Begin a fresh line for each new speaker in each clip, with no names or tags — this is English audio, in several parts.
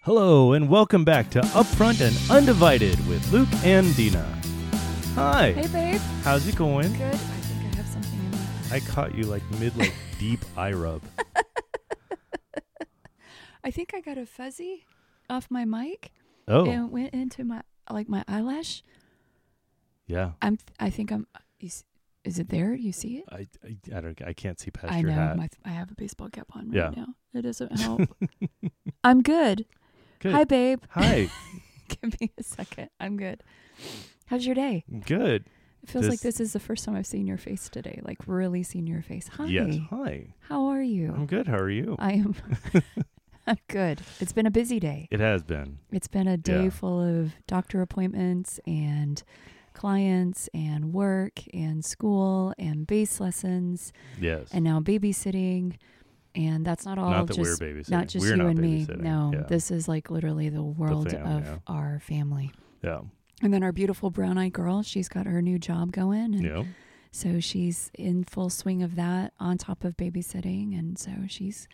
Hello, and welcome back to Upfront and Undivided with Luke and Dina. Hi,
Hey, babe.
how's it going?
Good. I think I have something in my
I caught you like mid, like deep eye rub.
I think I got a fuzzy off my mic
Oh,
and it went into my like my eyelash.
yeah.
I'm. I think I'm. You, s- is it there? You see it?
I, I, I don't. I can't see past
I
your
know.
hat.
My, I have a baseball cap on right
Yeah.
now. It doesn't help. I'm good.
Good.
Hi, babe.
Hi.
Give me a second. I'm good. How's your day?
Good.
It feels like
This-
this is the first time I've seen your face today. Like really seen your face. Hi. Uh,
Yes. Hi.
How are you?
I'm good. How are you?
I am. I'm good. It's been a busy day.
It has been.
It's been a day
Yeah.
full of doctor appointments and clients and work and school and bass lessons
Yes.
and now babysitting. And that's not all
not that
just
we're babysitting.
not just
we're
you
not
and me.
babysitting.
No,
Yeah.
this is like literally the world
fam,
of
yeah.
our family.
Yeah.
And then our beautiful brown eyed girl, she's got her new job going. And
Yeah.
so she's in full swing of that on top of babysitting. And so she's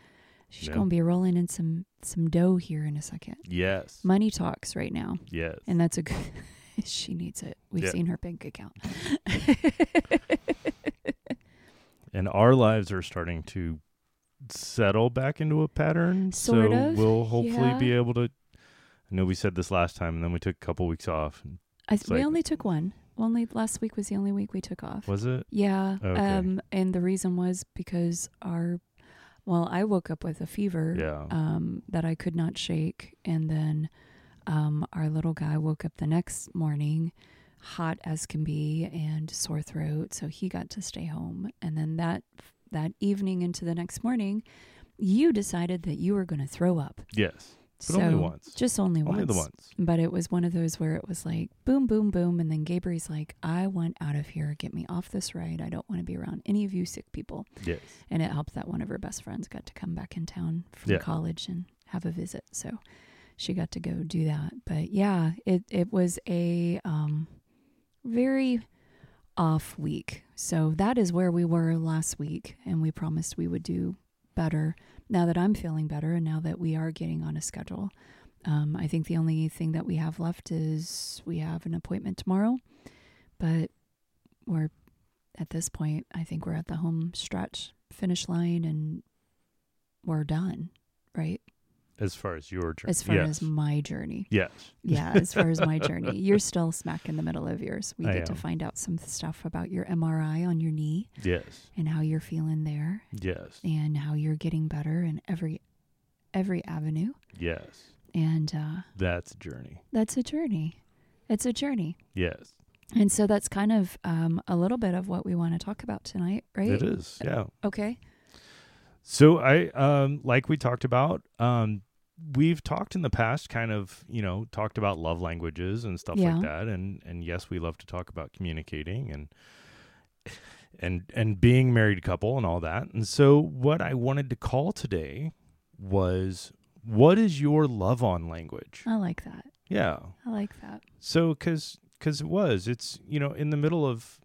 she's
Yeah.
gonna be rolling in some some dough here in a second.
Yes.
Money talks right now.
yes.
And that's a good. she needs it. We've
Yeah.
seen her bank account.
and our lives are starting to settle back into a pattern.
Sort
so
of,
we'll hopefully
yeah.
be able to. I know we said this last time, and then we took a couple weeks off.
I,
It's
we
like-
only took one. Only last week was the only week we took off.
Was it?
Yeah.
Okay.
Um. And the reason was because our, well, I woke up with a fever.
Yeah.
Um. That I could not shake, and then, um, our little guy woke up the next morning, hot as can be, and sore throat. So he got to stay home, and then that that evening into the next morning, you decided that you were going to throw up.
yes. But only once.
Just only once.
Only the once.
But it was one of those where it was like boom, boom, boom. And then Gabriel's like, I want out of here. Get me off this ride. I don't want to be around any of you sick people.
Yes.
And it helped that one of her best friends got to come back in town from
Yeah.
college and have a visit. So she got to go do that. But yeah, it, it was a um, very off week. So that is where we were last week. And we promised we would do better now that I'm feeling better and now that we are getting on a schedule. Um, I think the only thing that we have left is we have an appointment tomorrow, but we're at this point, I think we're at the home stretch finish line and we're done, right?
As far as your journey.
As far
yes.
as my journey.
yes.
Yeah, as far as my journey. You're still smack in the middle of yours. We
I
get to
am.
find out some stuff about your MRI on your knee
Yes.
and how you're feeling there
Yes.
and how you're getting better in every every avenue.
Yes.
And uh,
That's a journey.
that's a journey. It's a journey.
Yes.
And so that's kind of um, a little bit of what we want to talk about tonight, right?
It is. Yeah.
Okay.
So I um like we talked about um we've talked in the past kind of, you know, talked about love languages and stuff
Yeah.
like that and and yes, we love to talk about communicating and and and being married couple and all that. And so what I wanted to call today was what is your love on language?
I like that.
Yeah.
I like that.
So, because it was, it's you know, in the middle of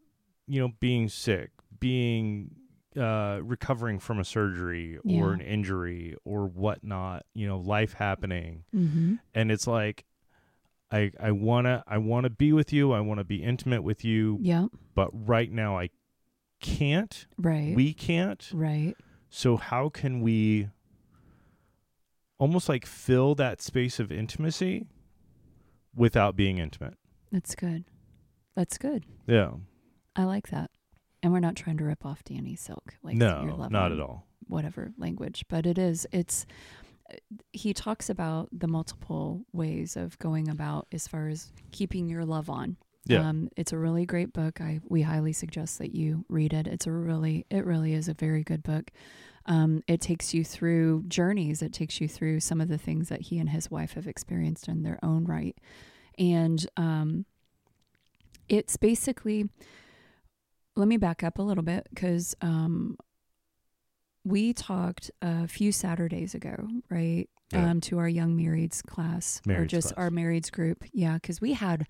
you know being sick, being uh, recovering from a surgery or
Yeah.
an injury or whatnot, you know, life happening,
Mm-hmm.
and it's like, I I wanna I wanna be with you, I wanna be intimate with you,
Yeah.
but right now I can't,
Right.
we can't.
right.
So how can we almost like fill that space of intimacy without being intimate?
That's good. That's good.
Yeah.
I like that. And we're not trying to rip off Danny Silk. Like your
no,
love
not
on
at all.
Whatever language, but it is. It's. He talks about the multiple ways of going about as far as keeping your love on.
Yeah.
Um, it's a really great book. I we highly suggest that you read it. It's a really it really is a very good book. Um, it takes you through journeys. It takes you through some of the things that he and his wife have experienced in their own right, and um, it's basically. Let me back up a little bit because um, we talked a few Saturdays ago, right?
Yeah.
Um, to our young marrieds class or
Marrieds
just
class.
our marrieds group, yeah, because we had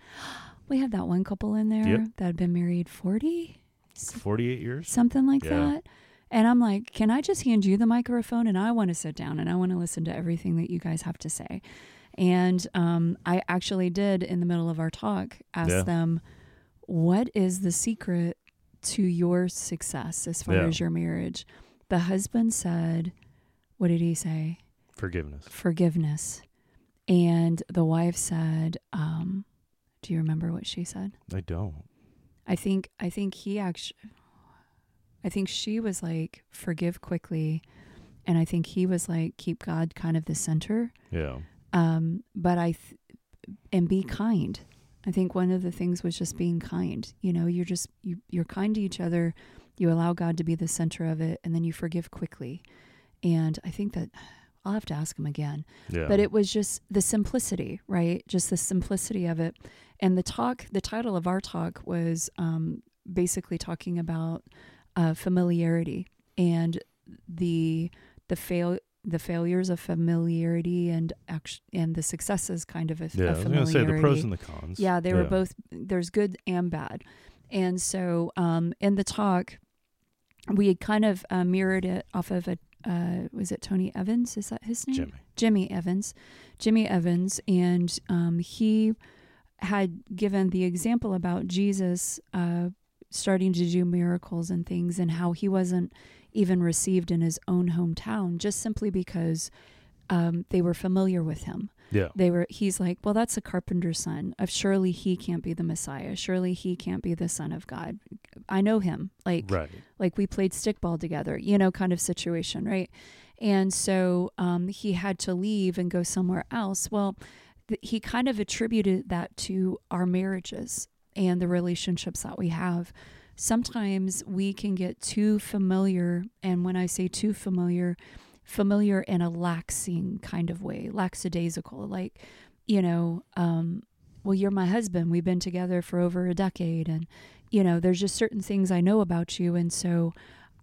we had that one couple in there
Yep.
that had been married 40, s-
48 years?
something like
Yeah.
that. And I'm like, can I just hand you the microphone? And I want to sit down and I want to listen to everything that you guys have to say. And um, I actually did, in the middle of our talk, ask
Yeah.
them, what is the secret to your success as far
Yeah.
as your marriage? The husband said, what did he say?
Forgiveness.
Forgiveness. And the wife said, um, do you remember what she said?
I don't.
I think I think he actually I think she was like forgive quickly and I think he was like keep God kind of the center
Yeah.
um but I th- and be kind. I think one of the things was just being kind. You know, you're just you you're kind to each other. You allow God to be the center of it and then you forgive quickly. And I think that I'll have to ask him again
Yeah.
but it was just the simplicity right just the simplicity of it and the talk the title of our talk was um, basically talking about uh, familiarity and the the fail the failures of familiarity and act- and the successes kind of of,
Yeah. I
of
was
familiarity
gonna say the pros and the cons.
yeah, they were both. There's good and bad, and so um, in the talk, we had kind of uh, mirrored it off of a. Uh, was it Tony Evans? Is that his name?
Jimmy.
Jimmy Evans, Jimmy Evans, and um, he had given the example about Jesus uh, starting to do miracles and things, and how he wasn't even received in his own hometown just simply because um, they were familiar with him
Yeah.
they were he's like well that's a carpenter's son of surely he can't be the messiah surely he can't be the son of god i know him like
Right.
like we played stickball together you know kind of situation right and so um, he had to leave and go somewhere else well th- he kind of attributed that to our marriages and the relationships that we have sometimes we can get too familiar and when i say too familiar familiar in a laxing kind of way lackadaisical like you know um, well you're my husband we've been together for over a decade and you know there's just certain things i know about you and so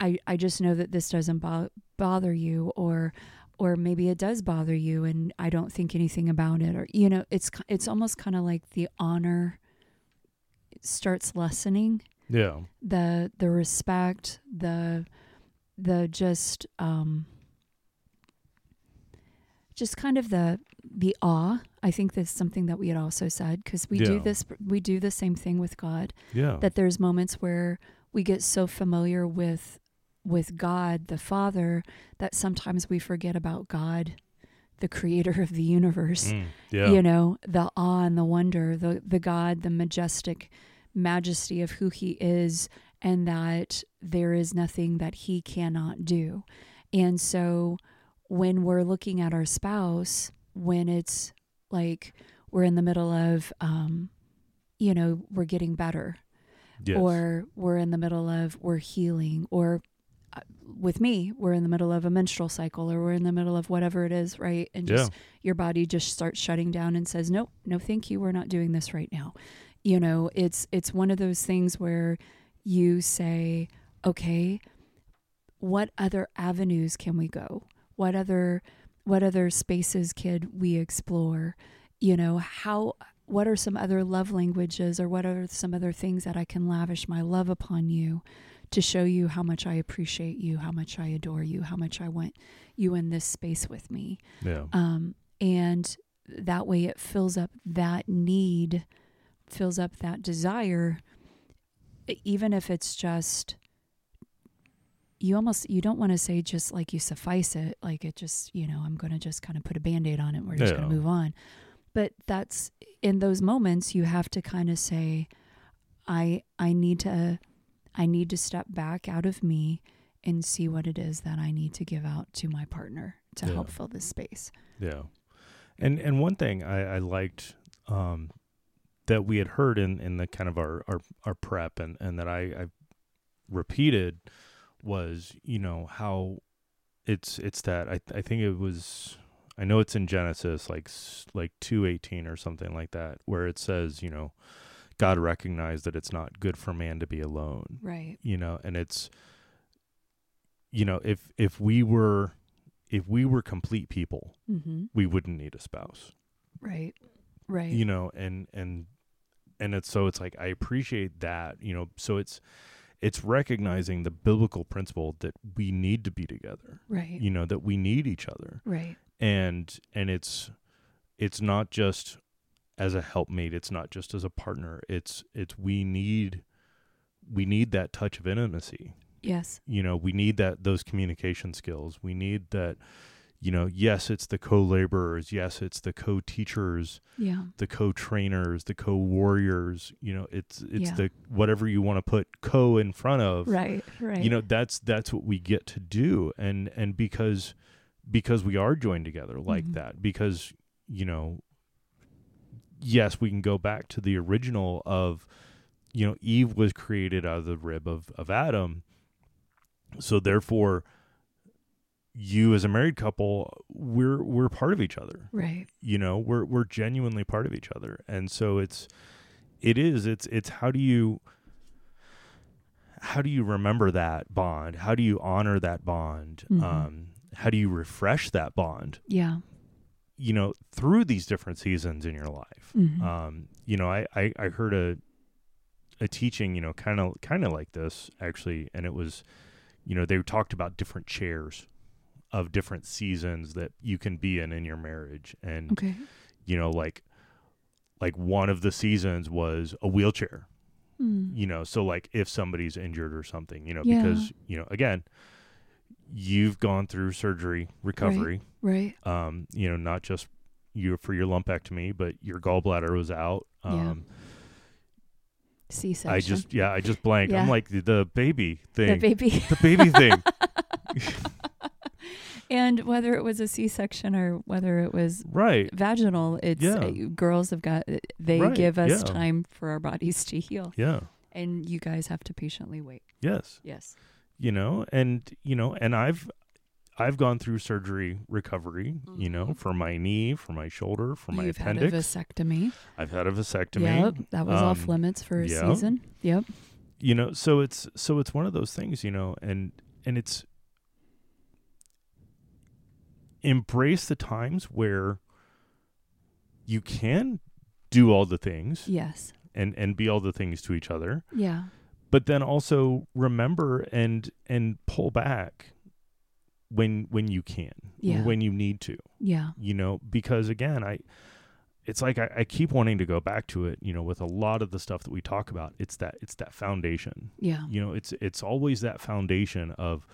i i just know that this doesn't bo- bother you or or maybe it does bother you and i don't think anything about it or you know it's ki- it's almost kind of like the honor starts lessening
Yeah.
the the respect the the just um just kind of the the awe i think that's something that we had also said because we do
Yeah.
this we do the same thing with god
Yeah.
that there's moments where we get so familiar with with god the father that sometimes we forget about god the creator of the universe
Mm, yeah.
you know the awe and the wonder the the god the majestic majesty of who he is and that there is nothing that he cannot do and so when we're looking at our spouse when it's like we're in the middle of um you know we're getting better
Yes.
or we're in the middle of we're healing or uh, with me we're in the middle of a menstrual cycle or we're in the middle of whatever it is right and
yeah.
just your body just starts shutting down and says nope no thank you we're not doing this right now you know it's it's one of those things where you say okay what other avenues can we go what other what other spaces could we explore you know how what are some other love languages or what are some other things that i can lavish my love upon you to show you how much i appreciate you how much i adore you how much i want you in this space with me
Yeah.
um, and that way it fills up that need fills up that desire e- even if it's just you almost you don't want to say just like you suffice it like it just you know i'm going to just kind of put a band-aid on it and we're just going
Yeah.
to move on but that's in those moments you have to kind of say i i need to i need to step back out of me and see what it is that i need to give out to my partner to
Yeah.
help fill this space
Yeah. And and one thing I, I liked um that we had heard in, in the kind of our, our, our prep and, and that I, I repeated was, you know, how it's it's that I I think it was I know it's in Genesis like s- like 218 or something like that where it says, you know, God recognized that it's not good for man to be alone.
Right.
you know and it's you know if if we were if we were complete people
Mm-hmm.
we wouldn't need a spouse
Right. Right.
you know and and and it's so it's like i appreciate that you know so it's it's recognizing the biblical principle that we need to be together
right.
you know that we need each other
right.
and and it's it's not just as a helpmate it's not just as a partner it's it's we need we need that touch of intimacy
Yes.
you know we need that those communication skills we need that you know yes it's the co-laborers yes it's the co-teachers
Yeah.
the co-trainers the co-warriors you know it's it's
Yeah.
the whatever you want to put co in front of
Right. Right.
you know that's that's what we get to do and and because because we are joined together like
Mhm.
that because you know yes we can go back to the original of you know eve was created out of the rib of of adam so therefore you as a married couple we're we're part of each other
right.
you know we're we're genuinely part of each other and so it's it is it's it's how do you how do you remember that bond how do you honor that bond
Mhm.
um how do you refresh that bond
Yeah.
you know through these different seasons in your life
Mhm.
um you know i i, I heard a a teaching you know kind of kind of like this actually and it was you know they talked about different chairs of different seasons that you can be in in your marriage and
okay.
you know like like one of the seasons was a wheelchair
Mm.
you know so like if somebody's injured or something you know
Yeah.
because you know again you've gone through surgery recovery
Right.
um you know not just you for your lumpectomy but your gallbladder was out
Yeah.
um
C section.
i just yeah i just blanked i'm
Yeah.
like the, the baby
the
thing
baby.
the baby thing
and whether it was a C section or whether it was
right
vaginal, it's
Yeah.
uh, girls have got. They
Right,
give us
yeah.
time for our bodies to heal,
yeah
and you guys have to patiently wait.
yes
Yes.
you know and you know and i've i've gone through surgery recovery you know
Mhm.
for my knee for my shoulder for my
You've had a
appendix
vasectomy.
i've had a vasectomy
Yep. That was off
Um,
limits for a
yeah.
season. Yep.
you know so it's so it's one of those things you know and and it's embrace the times where you can do all the things
Yes.
and and be all the things to each other
Yeah.
but then also remember and and pull back when when you can
Yeah.
when you need to
Yeah.
you know because again i it's like I, I keep wanting to go back to it you know with a lot of the stuff that we talk about it's that it's that foundation
Yeah.
you know it's it's always that foundation of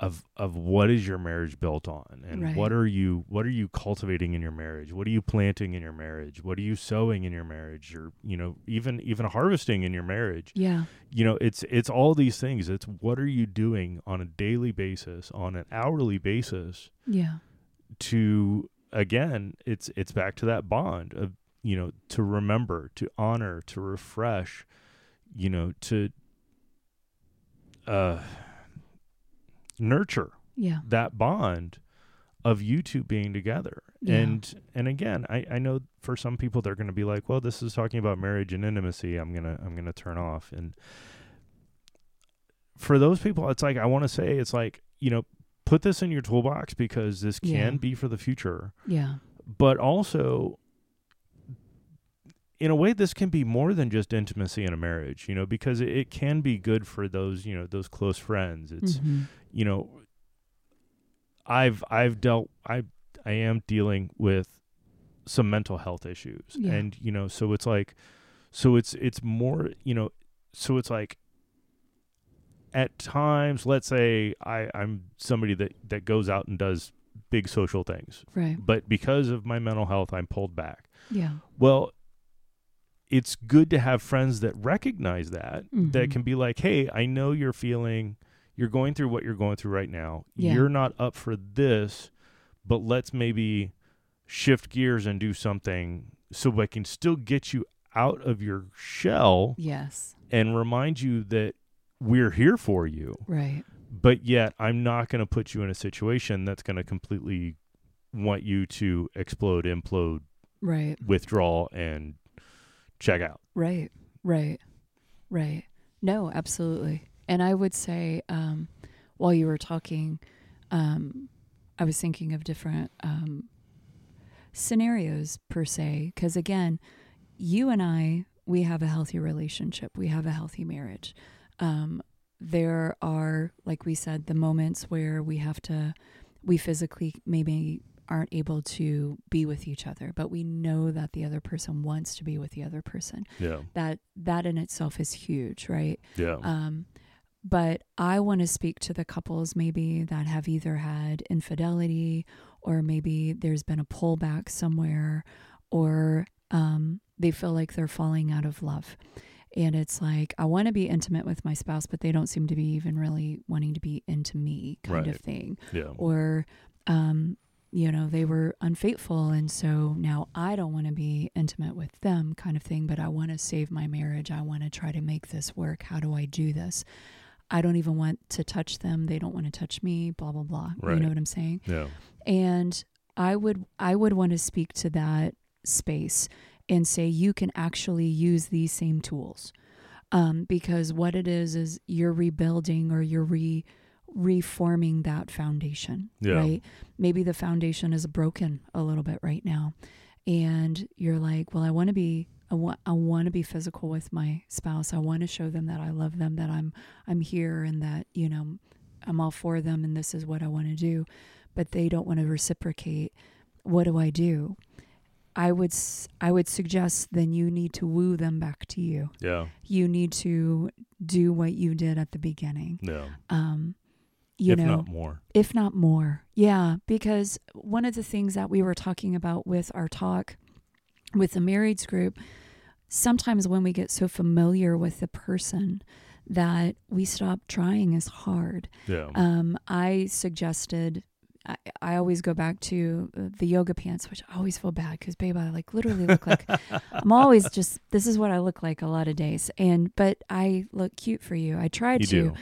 of of what is your marriage built on and
Right.
what are you what are you cultivating in your marriage what are you planting in your marriage what are you sowing in your marriage or you know even even harvesting in your marriage
Yeah.
you know it's it's all these things it's what are you doing on a daily basis on an hourly basis
Yeah.
to again it's it's back to that bond of you know to remember to honor to refresh you know to uh nurture
Yeah.
that bond of you two being together
Yeah.
and and again i i know for some people they're going to be like well this is talking about marriage and intimacy i'm going to i'm going to turn off and for those people it's like i want to say it's like you know put this in your toolbox because this can
Yeah.
be for the future
Yeah.
but also in a way this can be more than just intimacy in a marriage you know because it, it can be good for those you know those close friends it's
Mhm.
you know i've i've dealt i i am dealing with some mental health issues
Yeah.
and you know so it's like so it's it's more you know so it's like at times let's say i i'm somebody that that goes out and does big social things
Right.
but because of my mental health i'm pulled back
Yeah.
well it's good to have friends that recognize that that
Mhm.
can be like hey i know you're feeling you're going through what you're going through right now
Yeah.
you're not up for this but let's maybe shift gears and do something so i can still get you out of your shell
Yes.
and remind you that we're here for you
Right.
but yet i'm not going to put you in a situation that's going to completely want you to explode implode
Right.
withdraw and check out.
Right, right, right. No, absolutely. And I would say, um, while you were talking, um, I was thinking of different um, scenarios per se, because again, you and I, we have a healthy relationship, we have a healthy marriage. Um, there are, like we said, the moments where we have to, we physically maybe aren't able to be with each other, but we know that the other person wants to be with the other person.
Yeah.
That that in itself is huge, right?
Yeah.
Um, but I want to speak to the couples maybe that have either had infidelity or maybe there's been a pullback somewhere or um, they feel like they're falling out of love. And it's like, I want to be intimate with my spouse, but they don't seem to be even really wanting to be into me kind of
Right.
thing.
yeah.
Or, um, you know, they were unfaithful. And so now I don't want to be intimate with them kind of thing, but I want to save my marriage. I want to try to make this work. How do I do this? I don't even want to touch them. They don't want to touch me, blah, blah, blah. You
Right.
know what I'm saying?
Yeah.
and i would i would want to speak to that space and say you can actually use these same tools um, because what it is is you're rebuilding or you're re reforming that foundation
Yeah.
right maybe the foundation is broken a little bit right now and you're like well i want to be I want, I want to be physical with my spouse. I want to show them that I love them, that I'm I'm here and that, you know, I'm all for them and this is what I want to do but they don't want to reciprocate. What do I do? I would s- I would suggest then you need to woo them back to you.
Yeah.
You need to do what you did at the beginning.
Yeah.
Um, you
if
know,
not more.
if not more. Yeah, because one of the things that we were talking about with our talk with the marrieds group, sometimes when we get so familiar with the person that we stop trying as hard.
Yeah.
Um, I suggested. I, I always go back to uh, the yoga pants, which I always feel bad because, babe, I like literally look like I'm always just this is what I look like a lot of days. And but I look cute for you. I try
you
to,
do. You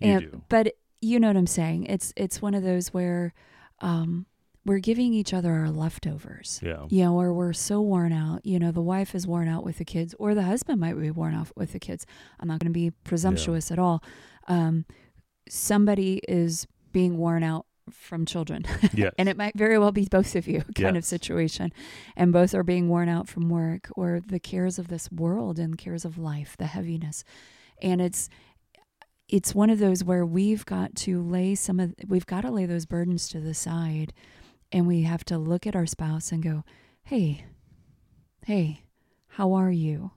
and
do.
but you know what I'm saying. It's it's one of those where um, we're giving each other our leftovers.
Yeah.
You know, or we're so worn out. You know, the wife is worn out with the kids, or the husband might be worn out with the kids. I'm not going to be presumptuous at all. Um, somebody is being worn out from children,
Yes.
and it might very well be both of you kind of
Yes.
situation, and both are being worn out from work or the cares of this world and cares of life, the heaviness, and it's it's one of those where we've got to lay some of we've got to lay those burdens to the side and we have to look at our spouse and go, "Hey, hey, how are you?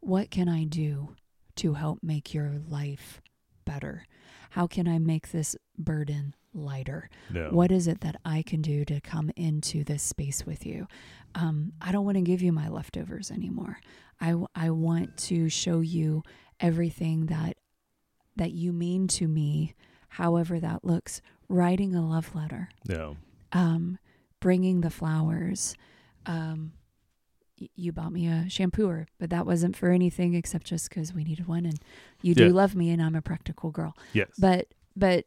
What can I do to help make your life better? How can I make this burden lighter?
yeah.
What is it that I can do to come into this space with you? Um, I don't want to give you my leftovers anymore. I I want to show you everything that that you mean to me, however that looks. Writing a love letter."
Yeah.
um, bringing the flowers. Um, y- you bought me a shampooer, but that wasn't for anything except just because we needed one, and you do
Yeah.
love me, and I'm a practical girl.
Yes.
But but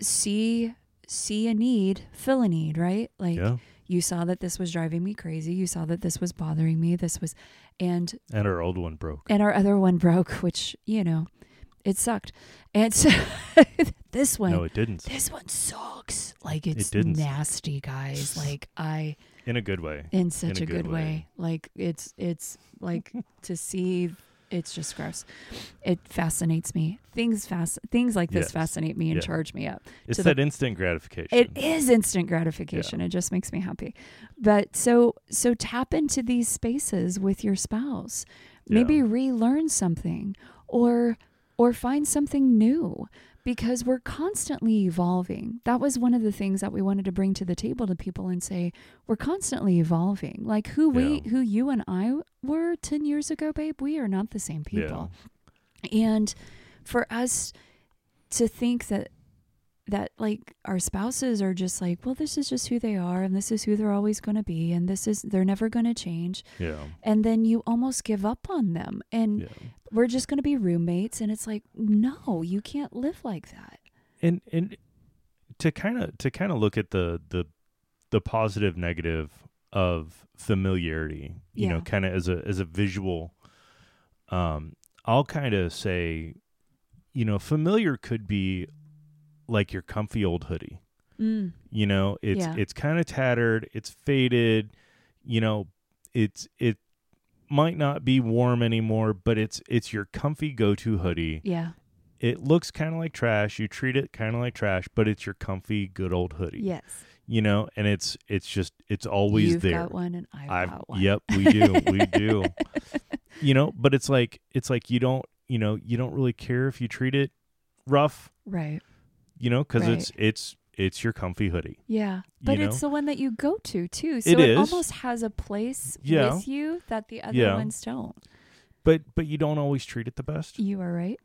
see see a need, fill a need, right? Like
yeah.
you saw that this was driving me crazy. You saw that this was bothering me. This was, and
And our old one broke.
and our other one broke, which you know, it sucked. And so this one,
No, it didn't.
this one sucks. Like it's
didn't.
nasty, guys. Like I.
In a good way.
in such
a
a,
good
good,
way.
way. like it's it's like to see it's just gross it fascinates me things fast things like this
Yes.
fascinate me and
Yeah.
charge me up
It's
to the-
that instant gratification.
it is instant gratification it just makes me happy but so so tap into these spaces with your spouse maybe
Yeah.
relearn something or or find something new because we're constantly evolving that was one of the things that we wanted to bring to the table to people and say we're constantly evolving like who we
Yeah.
who you and i were 10 years ago babe we are not the same people and for us to think that that like our spouses are just like well this is just who they are and this is who they're always going to be and this is they're never going to change
Yeah.
and then you almost give up on them and
Yeah.
we're just going to be roommates and it's like no you can't live like that
and and to kind of to kind of look at the the the positive negative of familiarity you know
Yeah.
kind of as a as a visual um i'll kind of say you know familiar could be like your comfy old hoodie
mm.
you know it's
Yeah.
it's kind of tattered it's faded you know it's it might not be warm anymore but it's it's your comfy go-to hoodie
yeah
it looks kind of like trash. You treat it kind of like trash, but it's your comfy, good old hoodie.
yes
you know, and it's it's just it's always
You've
there.
got one and I've, got one.
Yep, we do. We do. you know, but it's like it's like you don't, you know, you don't really care if you treat it rough,
Right.
you know, cuz
Right.
it's it's it's your comfy hoodie.
Yeah.
You
But
know?
it's the one that you go to too. So
It
it,
is.
almost has a place
Yeah.
with you that the other
Yeah.
ones don't.
But but you don't always treat it the best.
You are right.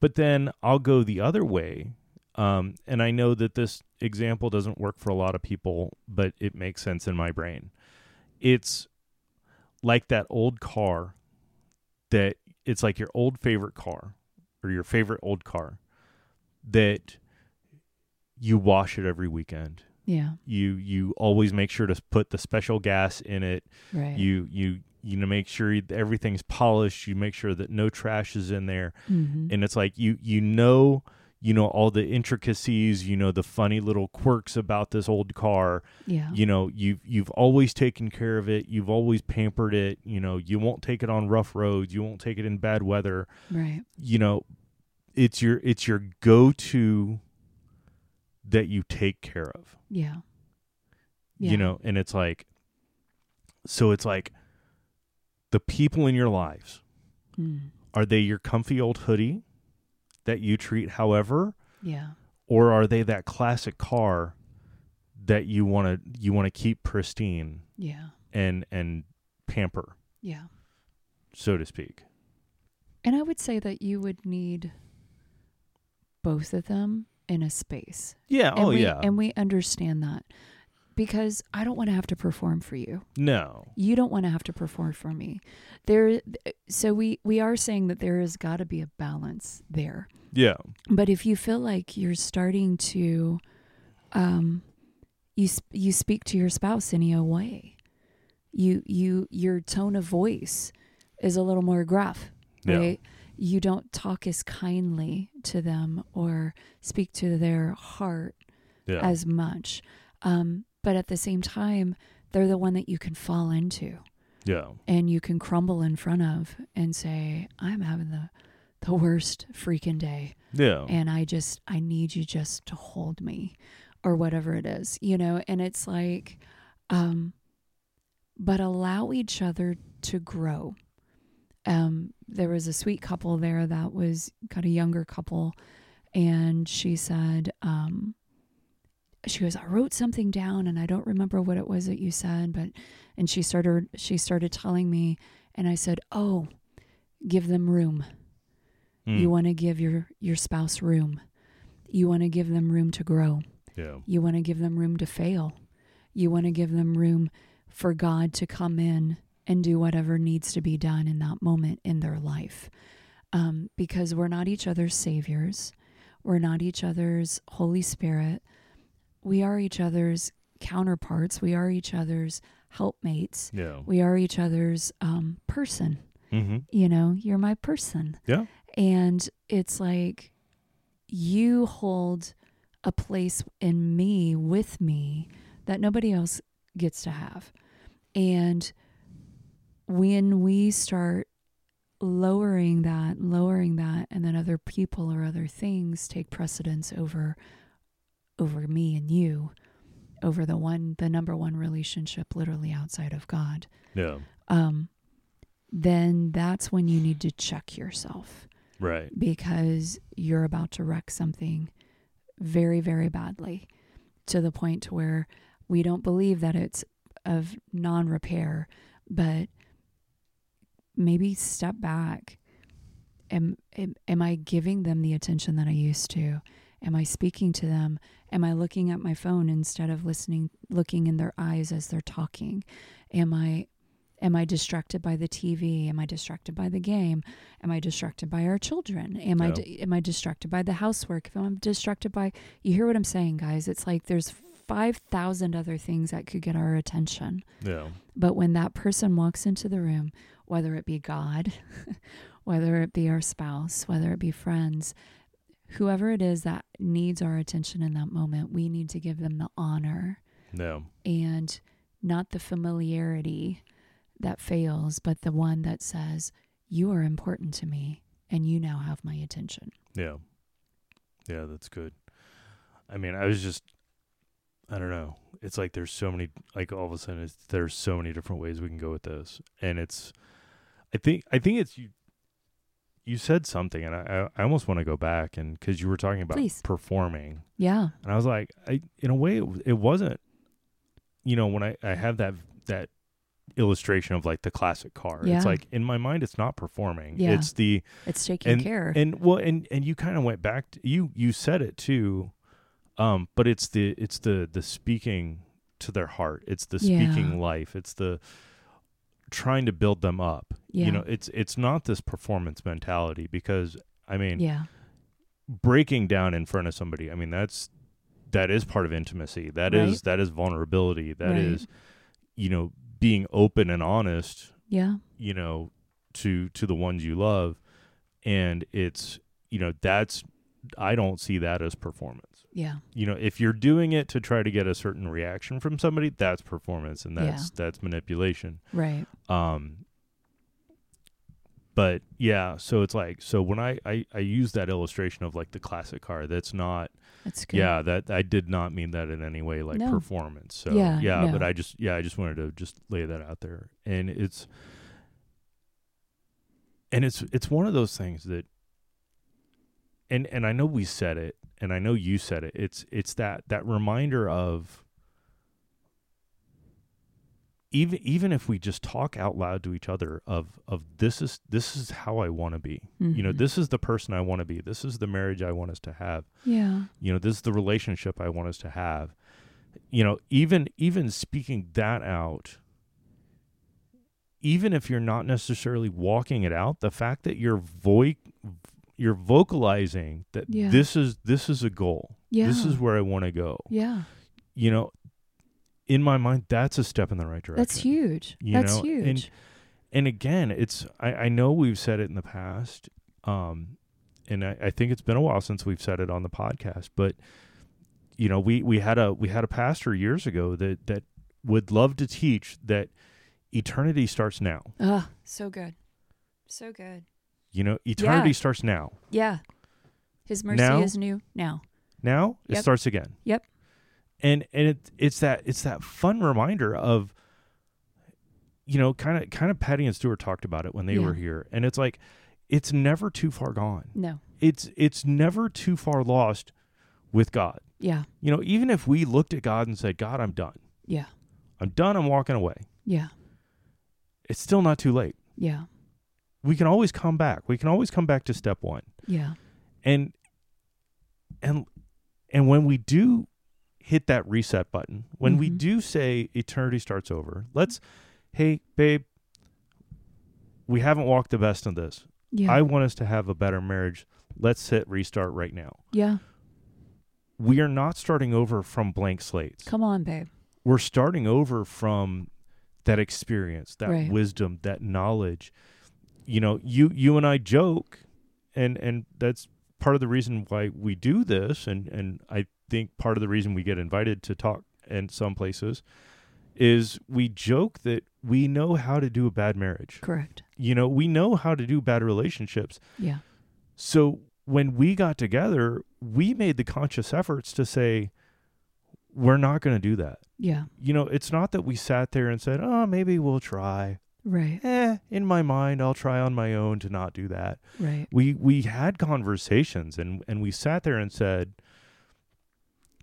But then I'll go the other way. Um and I know that this example doesn't work for a lot of people, but it makes sense in my brain. It's like that old car that it's like your old favorite car or your favorite old car that you wash it every weekend.
Yeah.
You you always make sure to put the special gas in it.
Right.
You you you know make sure that everything's polished. You make sure that no trash is in there.
Mhm.
And it's like you you know you know all the intricacies. You know the funny little quirks about this old car
yeah.
you know you've you've always taken care of it you've always pampered it you know you won't take it on rough roads you won't take it in bad weather
Right.
you know it's your it's your go-to that you take care of
Yeah. Yeah.
you know and it's like so it's like the people in your lives
Mm.
are they your comfy old hoodie that you treat however
Yeah.
or are they that classic car that you want to you want to keep pristine
Yeah.
and and pamper
Yeah.
so to speak.
And I would say that you would need both of them in a space.
Oh, Yeah.
And we, And we understand that because I don't want to have to perform for you.
no.
You don't want to have to perform for me. There so we we are saying that there has got to be a balance there.
Yeah.
But if you feel like you're starting to um you sp- you speak to your spouse in a way. You you your tone of voice is a little more gruff
Yeah.
right? You don't talk as kindly to them or speak to their heart
Yeah.
as much. Um, but at the same time, they're the one that you can fall into
yeah.
and you can crumble in front of and say, I'm having the, the worst freaking day.
Yeah.
And I just, I need you just to hold me or whatever it is, you know? And it's like, um, but allow each other to grow. Um, there was a sweet couple there that was kind of younger couple, and she said, um, she goes, I wrote something down and I don't remember what it was that you said, but and she started she started telling me, and I said, oh, give them room.
Mm.
You want to give your your spouse room. You want to give them room to grow.
yeah.
You want to give them room to fail. You want to give them room for God to come in and do whatever needs to be done in that moment in their life. Um, because we're not each other's saviors, we're not each other's Holy Spirit. We are each other's counterparts, we are each other's helpmates,
Yeah.
we are each other's um, person.
Mm-hmm.
You know, you're my person.
Yeah.
And it's like you hold a place in me with me that nobody else gets to have. And when we start lowering that, lowering that, and then other people or other things take precedence over over me and you, over the one the number one relationship literally outside of God
Yeah.
um, then that's when you need to check yourself
Right.
because you're about to wreck something very, very badly to the point to where we don't believe that it's of non repair, but maybe step back. Am, am, am I giving them the attention that I used to? Am I speaking to them? Am I looking at my phone instead of listening, looking in their eyes as they're talking? Am I am I distracted by the TV? Am I distracted by the game? Am I distracted by our children? Am I
Yeah.
di- am I distracted by the housework? Am I distracted by you hear what I'm saying, guys? It's like there's 5,000 other things that could get our attention.
Yeah.
But when that person walks into the room, whether it be God, whether it be our spouse, whether it be friends, whoever it is that needs our attention in that moment, we need to give them the honor
Yeah.
and not the familiarity that fails, but the one that says, You are important to me and you now have my attention.
Yeah. Yeah. That's good. I mean, I was just I don't know. It's like there's so many like all of a sudden it's, there's so many different ways we can go with this, and it's I think I think it's you. You said something, and I I I almost want to go back and because you were talking about
Please.
performing,
Yeah.
and I was like, I in a way it, w- it wasn't. You know, when I I have that that illustration of like the classic car,
Yeah.
it's like in my mind it's not performing.
Yeah.
It's the
It's taking care.
and well, and and you kind of went back. To, you you said it too, um, but it's the it's the the speaking to their heart. It's the speaking
Yeah.
life. It's the trying to build them up.
yeah.
You know, it's it's not this performance mentality because I mean,
yeah.
breaking down in front of somebody. I mean, that's that is part of intimacy. That is
Right.
that is vulnerability. That is
Right.
you know being open and honest
Yeah.
you know to to the ones you love and it's you know that's i don't see that as performance
Yeah.
you know if you're doing it to try to get a certain reaction from somebody that's performance and
Yeah.
that's that's manipulation
Right.
um but yeah so it's like so when I, I i use that illustration of like the classic car that's not
That's good.
yeah that i did not mean that in any way like
No.
performance so yeah,
Yeah,
but
no.
i just yeah i just wanted to just lay that out there and it's and it's it's one of those things that and and i know we said it and i know you said it it's it's that that reminder of even even if we just talk out loud to each other of of this is this is how i want to be you know
Mhm.
this is the person i want to be this is the marriage i want us to have
Yeah.
you know this is the relationship i want us to have you know even even speaking that out even if you're not necessarily walking it out the fact that you're voi- you're vocalizing that
Yeah.
this is this is a goal
Yeah.
this is where i want to go
yeah.
you know in my mind that's a step in the right direction
That's huge.
You
That's
know,
huge.
and- and again, it's I, I know we've said it in the past, um, and I, I think it's been a while since we've said it on the podcast. But you know, we we had a we had a pastor years ago that that would love to teach that eternity starts now.
Ah, so good. So good.
You know, eternity
Yeah.
starts now.
Yeah. His mercy
Now-
is new now.
Now it
Yep.
starts again.
Yep.
And and it, it's that it's that fun reminder of you know, kind of kind of Patty and Stewart talked about it when they
Yeah.
were here, and it's like it's never too far gone.
No.
it's it's never too far lost with God.
Yeah.
You know, even if we looked at God and said, "God, I'm done.
Yeah.
I'm done. I'm walking away."
Yeah.
It's still not too late.
Yeah.
We can always come back. We can always come back to step 1.
Yeah.
And and and when we do hit that reset button, when we
Mhm.
do say eternity starts over, let's hey, babe, we haven't walked the best of this.
Yeah.
I want us to have a better marriage. Let's hit restart right now.
yeah.
we are not starting over from blank slates.
Come on, babe.
We're starting over from that experience, that
Right.
wisdom, that knowledge. You know, you you and I joke and and that's part of the reason why we do this and and I think part of the reason we get invited to talk in some places is we joke that we know how to do a bad marriage.
Correct.
You know, we know how to do bad relationships.
Yeah.
So when we got together, we made the conscious efforts to say, we're not going to do that.
Yeah.
You know, it's not that we sat there and said, oh, maybe we'll try.
Right.
Eh, in my mind, I'll try on my own to not do that.
Right.
We we had conversations and and we sat there and said,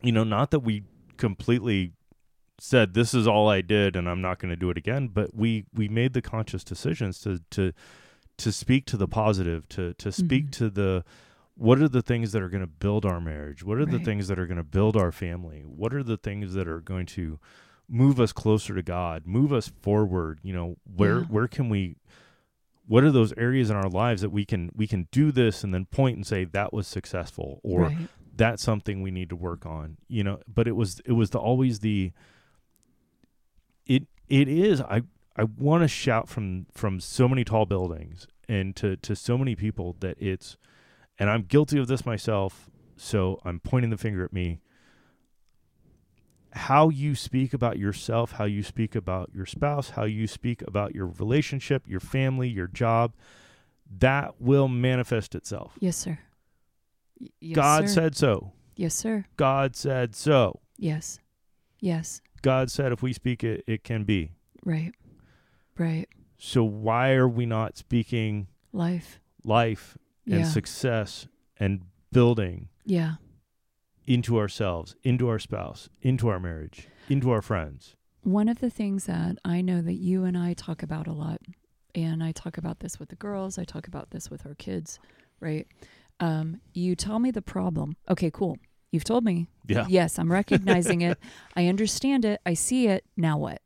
you know, not that we completely said this is all I did and I'm not going to do it again, but we we made the conscious decisions to to to speak to the positive, to to speak
Mhm.
to the what are the things that are going to build our marriage? What are the
Right.
things that are going to build our family? What are the things that are going to move us closer to God, move us forward? You know, where
Yeah.
where can we what are those areas in our lives that we can we can do this and then point and say that was successful or
right.
that's something we need to work on you know but it was it was the always the it it is i i want to shout from from so many tall buildings and to to so many people that it's and i'm guilty of this myself so i'm pointing the finger at me how you speak about yourself how you speak about your spouse how you speak about your relationship your family your job that will manifest itself
Yes, sir. Y- yes,
god
sir.
said so
Yes, sir.
God said so.
Yes. Yes.
God said if we speak it, it can be.
Right. Right.
So why are we not speaking
Life.
life and
Yeah.
success and building
yeah.
into ourselves, into our spouse, into our marriage, into our friends?
One of the things that I know that you and I talk about a lot, and I talk about this with the girls, I talk about this with our kids, right? Um, you tell me the problem. Okay, cool. You've told me.
Yeah.
Yes, I'm recognizing it. I understand it. I see it. Now what?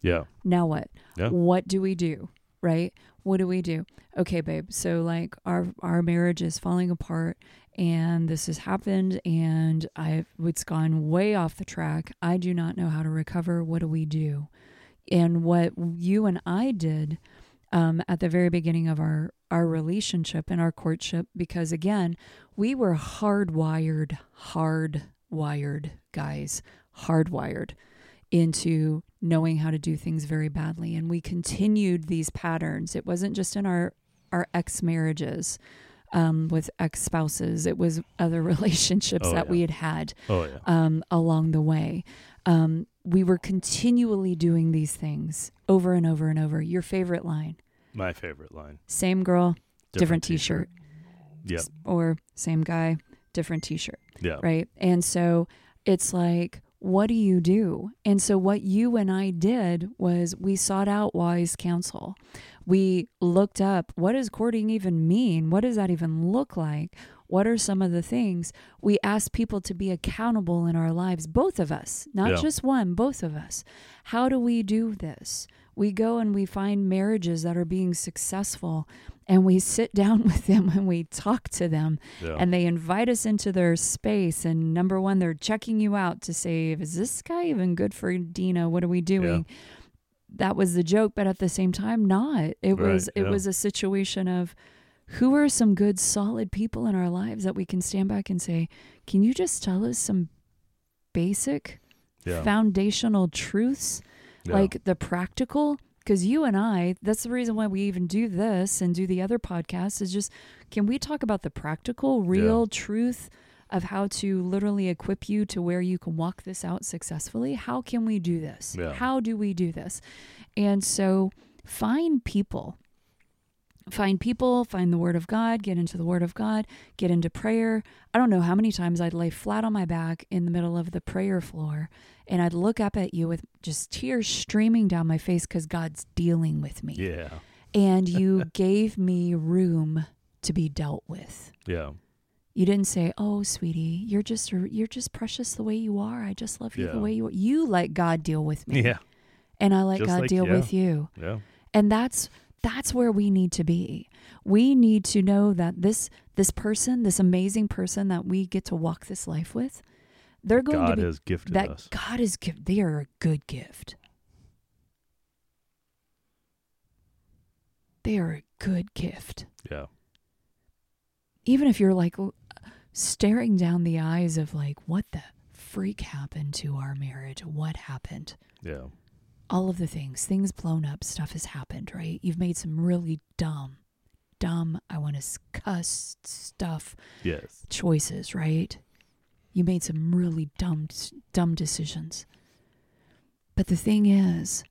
Yeah.
now what
Yeah.
what do we do right what do we do okay babe so like our our marriage is falling apart and this has happened and i've it's gone way off the track i do not know how to recover what do we do and what you and i did um, at the very beginning of our our relationship and our courtship because again we were hardwired hardwired guys hardwired into knowing how to do things very badly and we continued these patterns it wasn't just in our our ex marriages um, with ex spouses it was other relationships
Oh,
that
yeah.
we had had
Oh yeah.
um, along the way. Um, we were continually doing these things over and over and over. Your favorite line
My favorite line.
same girl, different, t
t-shirt.
shirt. Or same guy, different t shirt.
Yeah. Yeah.
Right. And so it's like, what do you do? And so what you and I did was we sought out wise counsel. We looked up what does courting even mean? What does that even look like? What are some of the things? We asked people to be accountable in our lives, both of us, not
Yeah.
just one, both of us. How do we do this? We go and we find marriages that are being successful and we sit down with them and we talk to them
Yeah.
and they invite us into their space and number one they're checking you out to say is this guy even good for dina what are we doing that was the joke but at the same time not it
Right,
was it
yeah.
was a situation of who are some good solid people in our lives that we can stand back and say can you just tell us some basic
Yeah.
foundational truths
Yeah.
like the practical because you and i that's the reason why we even do this and do the other podcast is just can we talk about the practical real truth of how to literally equip you to where you can walk this out successfully how can we do this
Yeah.
how do we do this and so find people find people find the word of god get into the word of god get into prayer i don't know how many times i'd lay flat on my back in the middle of the prayer floor and i'd look up at you with just tears streaming down my face because god's dealing with me
Yeah.
and you gave me room to be dealt with
Yeah.
you didn't say, "Oh, sweetie, you're just you're just precious the way you are. I just love you
Yeah.
the way you are." You let God deal with me,
Yeah.
and I let
Just
God
like-
deal
yeah.
with you.
Yeah.
And that's that's where we need to be. We need to know that this this person, this amazing person that we get to walk this life with, they're going
God
to be
has gifted
that
us.
God is gift. They are a good gift. They are a good gift
Yeah.
even if you're like l- staring down the eyes of like what the freak happened to our marriage what happened
Yeah.
all of the things things blown up stuff has happened right you've made some really dumb dumb i want to cuss stuff
Yes.
choices right you made some really dumb dumb decisions but the thing is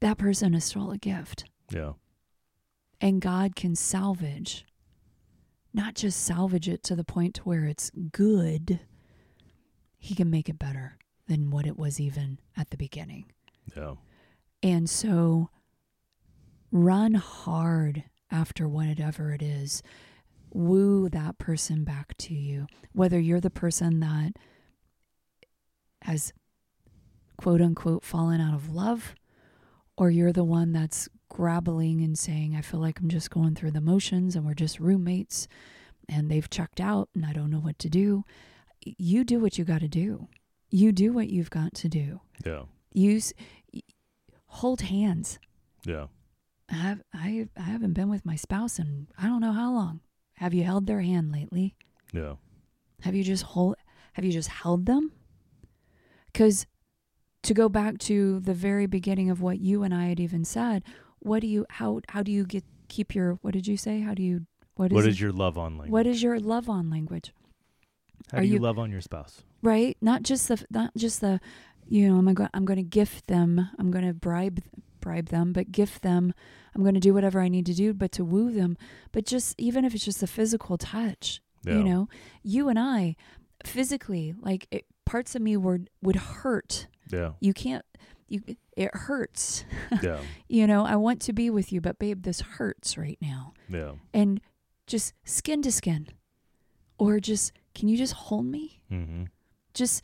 that person is still a gift
Yeah.
and God can salvage, not just salvage it to the point to where it's good, He can make it better than what it was even at the beginning.
Yeah.
And so run hard after whatever it is. Woo that person back to you, whether you're the person that has quote unquote fallen out of love or you're the one that's grabbling and saying, I feel like I'm just going through the motions and we're just roommates and they've checked out and I don't know what to do. You do what you got to do. You do what you've got to do.
Yeah.
Use, hold hands.
Yeah.
I've, I, I haven't been with my spouse in I don't know how long. Have you held their hand lately?
Yeah.
Have you just hold have you just held them? Cuz to go back to the very beginning of what you and I had even said, what do you how how do you get keep your what did you say? How do you what is,
What
it?
is your love on language?
what is your love on language?
How
Are
do you,
you-
love on your spouse?
right? Not just the not just the you know, I'm going I'm going to gift them. I'm going to bribe bribe them, but gift them. I'm going to do whatever I need to do but to woo them. But just even if it's just a physical touch,
Yeah.
you know, you and I physically like it, parts of me were would hurt.
Yeah.
You can't you it hurts.
Yeah.
you know, I want to be with you, but babe, this hurts right now.
Yeah.
And just skin to skin or just can you just hold me?
Mm-hmm.
just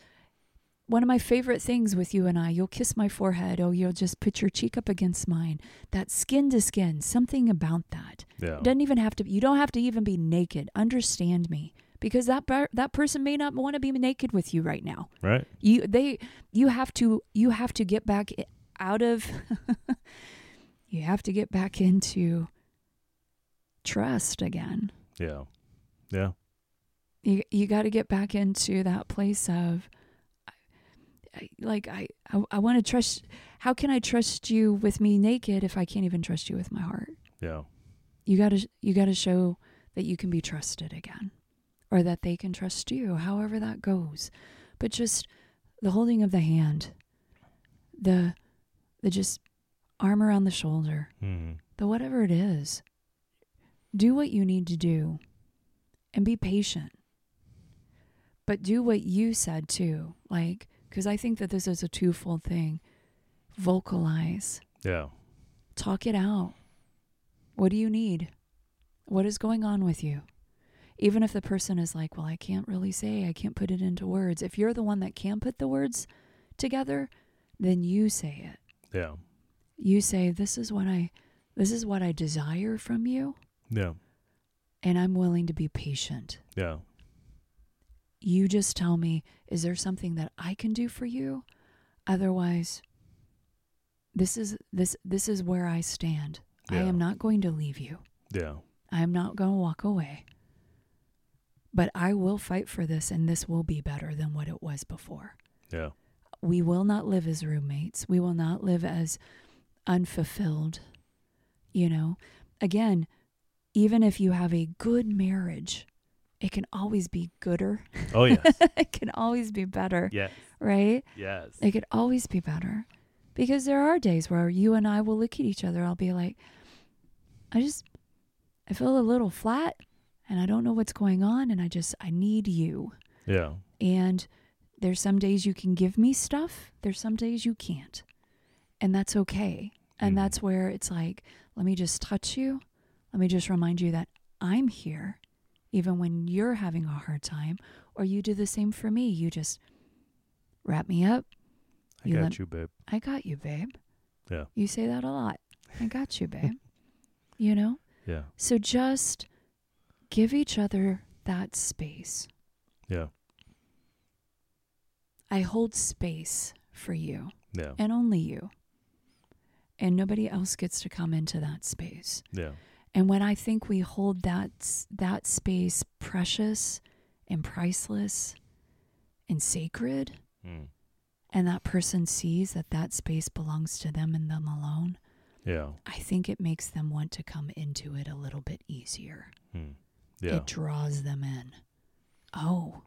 one of my favorite things with you and I, you'll kiss my forehead. Oh, you'll just put your cheek up against mine. That skin to skin, something about that.
Yeah.
It doesn't even have to. You don't have to even be naked. Understand me, because that per- that person may not want to be naked with you right now.
Right.
You they you have to you have to get back i- out of. you have to get back into trust again
Yeah. Yeah.
you you got to get back into that place of I- I- like i i, I want to trust how can i trust you with me naked if i can't even trust you with my heart
Yeah.
you got to you got to show that you can be trusted again or that they can trust you however that goes but just the holding of the hand the the just arm around the shoulder
Mm-hmm.
the whatever it is, do what you need to do and be patient. But do what you said too. Like, because I think that this is a twofold thing vocalize,
Yeah.
talk it out. What do you need? What is going on with you? Even if the person is like, well, I can't really say, I can't put it into words. If you're the one that can put the words together, then you say it
Yeah.
you say this is what i this is what i desire from you
Yeah.
and i'm willing to be patient
Yeah.
you just tell me is there something that i can do for you otherwise this is this this is where i stand i
Yeah.
am not going to leave you
Yeah.
i am not going to walk away but i will fight for this and this will be better than what it was before
Yeah.
we will not live as roommates. We will not live as unfulfilled. You know, again, even if you have a good marriage, it can always be gooder.
Oh yes.
it can always be better,
yes.
right?
Yes.
It could always be better because there are days where you and I will look at each other. I'll be like, I just, I feel a little flat and I don't know what's going on. And I just, I need you.
Yeah.
And there's some days you can give me stuff, there's some days you can't. And that's okay. And
Mhm.
that's where it's like, let me just touch you. Let me just remind you that I'm here, even when you're having a hard time, or you do the same for me. You just wrap me up.
I
You
got
let-
you, babe.
I got you, babe.
Yeah.
You say that a lot. I got you, babe. you know?
Yeah.
So just give each other that space.
Yeah.
I hold space for you
Yeah.
and only you. And nobody else gets to come into that space.
Yeah.
And when I think we hold that s- that space precious and priceless and sacred,
Mm.
and that person sees that that space belongs to them and them alone,
Yeah.
I think it makes them want to come into it a little bit easier.
Mm. Yeah.
It draws them in. Oh,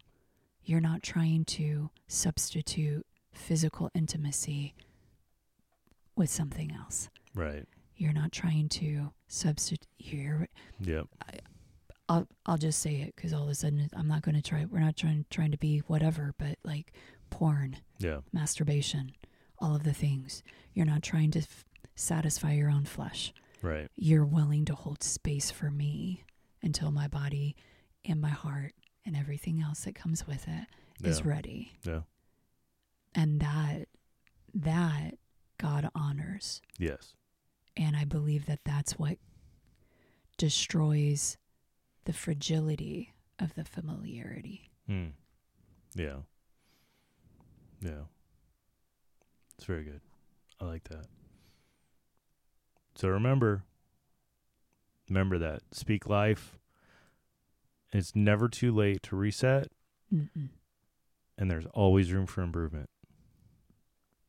you're not trying to substitute physical intimacy with something else.
Right.
You're not trying to substitute. You're,
Yeah.
I'll, I'll just say it because all of a sudden I'm not going to try. We're not trying trying to be whatever, but like porn,
Yeah.
masturbation, all of the things. You're not trying to f- satisfy your own flesh.
Right.
You're willing to hold space for me until my body and my heart and everything else that comes with it
Yeah.
is ready.
Yeah.
And that that God honors.
Yes.
And I believe that that's what destroys the fragility of the familiarity.
Mm. Yeah. Yeah. It's very good. I like that. So remember, remember that. Speak life. It's never too late to reset,
Mm-mm.
and there's always room for improvement.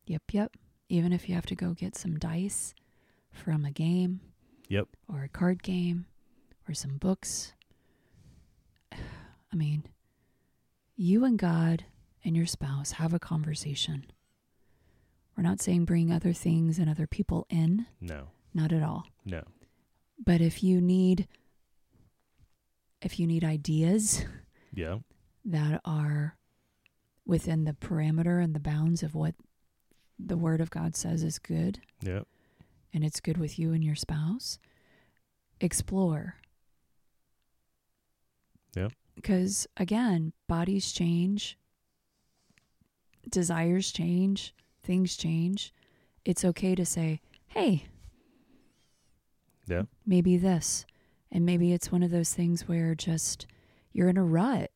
Yep, yep. Even if you have to go get some dice from a game.
Yep.
Or a card game or some books. I mean, you and God and your spouse have a conversation. We're not saying bring other things and other people in,
No,
not at all.
no.
But if you need if you need ideas
Yeah,
that are within the parameter and the bounds of what the word of God says is good
yeah,
and it's good with you and your spouse, explore.
Yep.
Because again, bodies change, desires change, things change. It's okay to say, hey,
yeah,
maybe this. And maybe it's one of those things where just you're in a rut.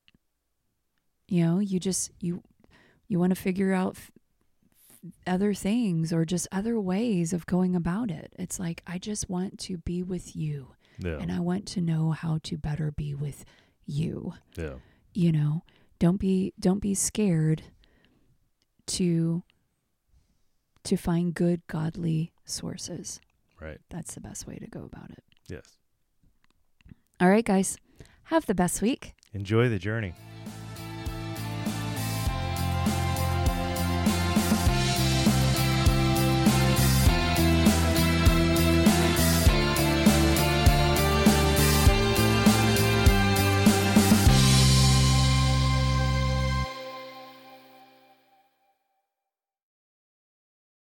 You know, you just you you want to figure out f- other things or just other ways of going about it. It's like I just want to be with you
yeah,
and I want to know how to better be with you
yeah,
you know don't be don't be scared to to find good godly sources
right.
that's the best way to go about it
Yes.
all right guys have the best week
Enjoy the journey.